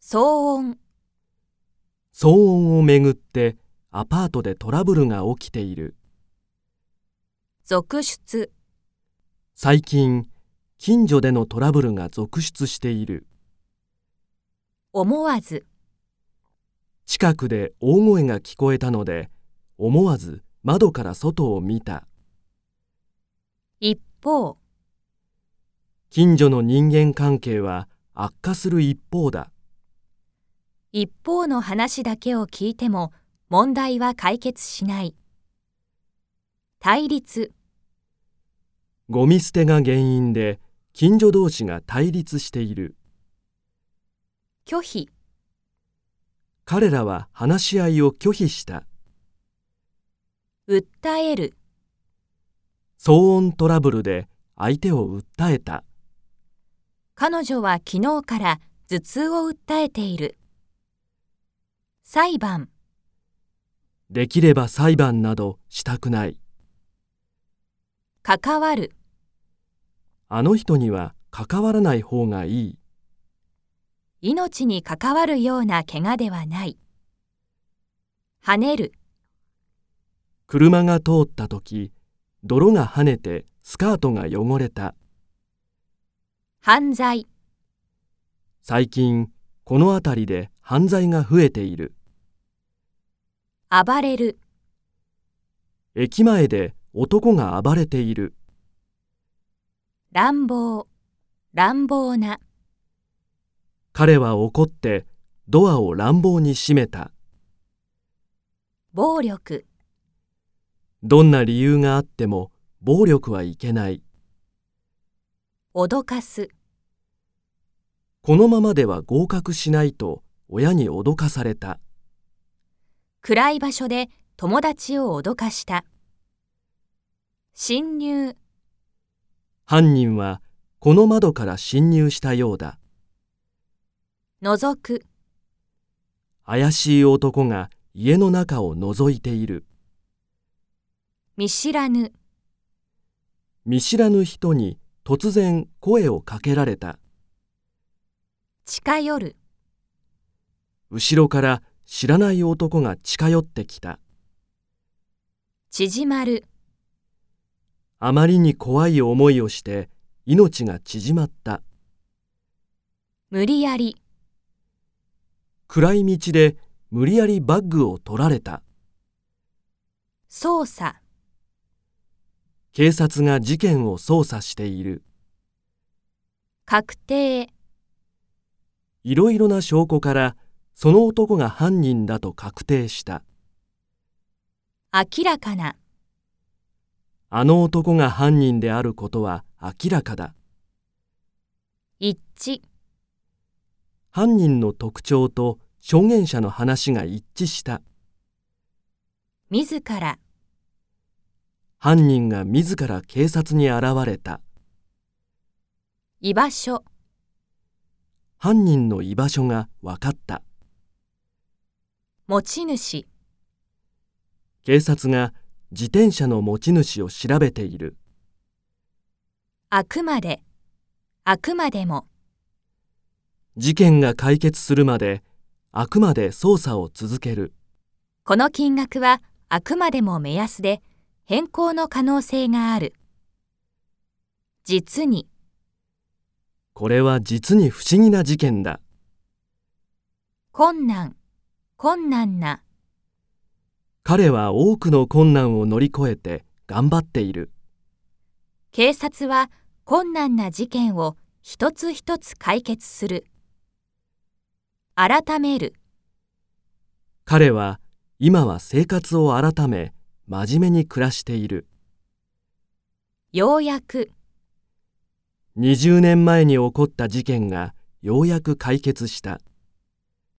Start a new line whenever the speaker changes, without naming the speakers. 騒音、
騒音をめぐってアパートでトラブルが起きている
続出、
最近近所でのトラブルが続出している
思わず、
近くで大声が聞こえたので思わず窓から外を見た
一方、
近所の人間関係は悪化する一方だ
一方の話だけを聞いても問題は解決しない。対立、
ゴミ捨てが原因で近所同士が対立している
拒否、
彼らは話し合いを拒否した
訴える、
騒音トラブルで相手を訴えた
彼女は昨日から頭痛を訴えている。裁判、
できれば裁判などしたくない
関わる、
あの人には関わらない方がいい
命に関わるような怪我ではない。跳ねる、
車が通った時泥が跳ねてスカートが汚れた
犯罪、
最近この辺りで犯罪が増えている
暴れる、
駅前で男が暴れている
乱暴、乱暴な。
彼は怒ってドアを乱暴に閉めた
暴力、
どんな理由があっても暴力はいけない
脅かす、
このままでは合格しないと親に脅かされた
暗い場所で友達を脅かした。侵入、
犯人はこの窓から侵入したようだ
覗く、
怪しい男が家の中を覗いている
見知らぬ、
見知らぬ人に突然声をかけられた
近寄る、
後ろから知らない男が近寄ってきた
縮まる、
あまりに怖い思いをして命が縮まった
無理やり、
暗い道で無理やりバッグを取られた
操作、
警察が事件を捜査している
確定、
いろいろな証拠からその男が犯人だと確定した
明らかな、
あの男が犯人であることは明らかだ
一致、
犯人の特徴と証言者の話が一致した
自ら、
犯人が自ら警察に現れた
居場所、
犯人の居場所が分かった
持ち主、
警察が自転車の持ち主を調べている
あくまで、あくまでも、
事件が解決するまであくまで捜査を続ける
この金額はあくまでも目安で変更の可能性がある。実に、
これは実に不思議な事件だ
困難、困難な、
彼は多くの困難を乗り越えて頑張っている
警察は困難な事件を一つ一つ解決する。改める、
彼は今は生活を改め真面目に暮らしている
ようやく、
20年前に起こった事件がようやく解決した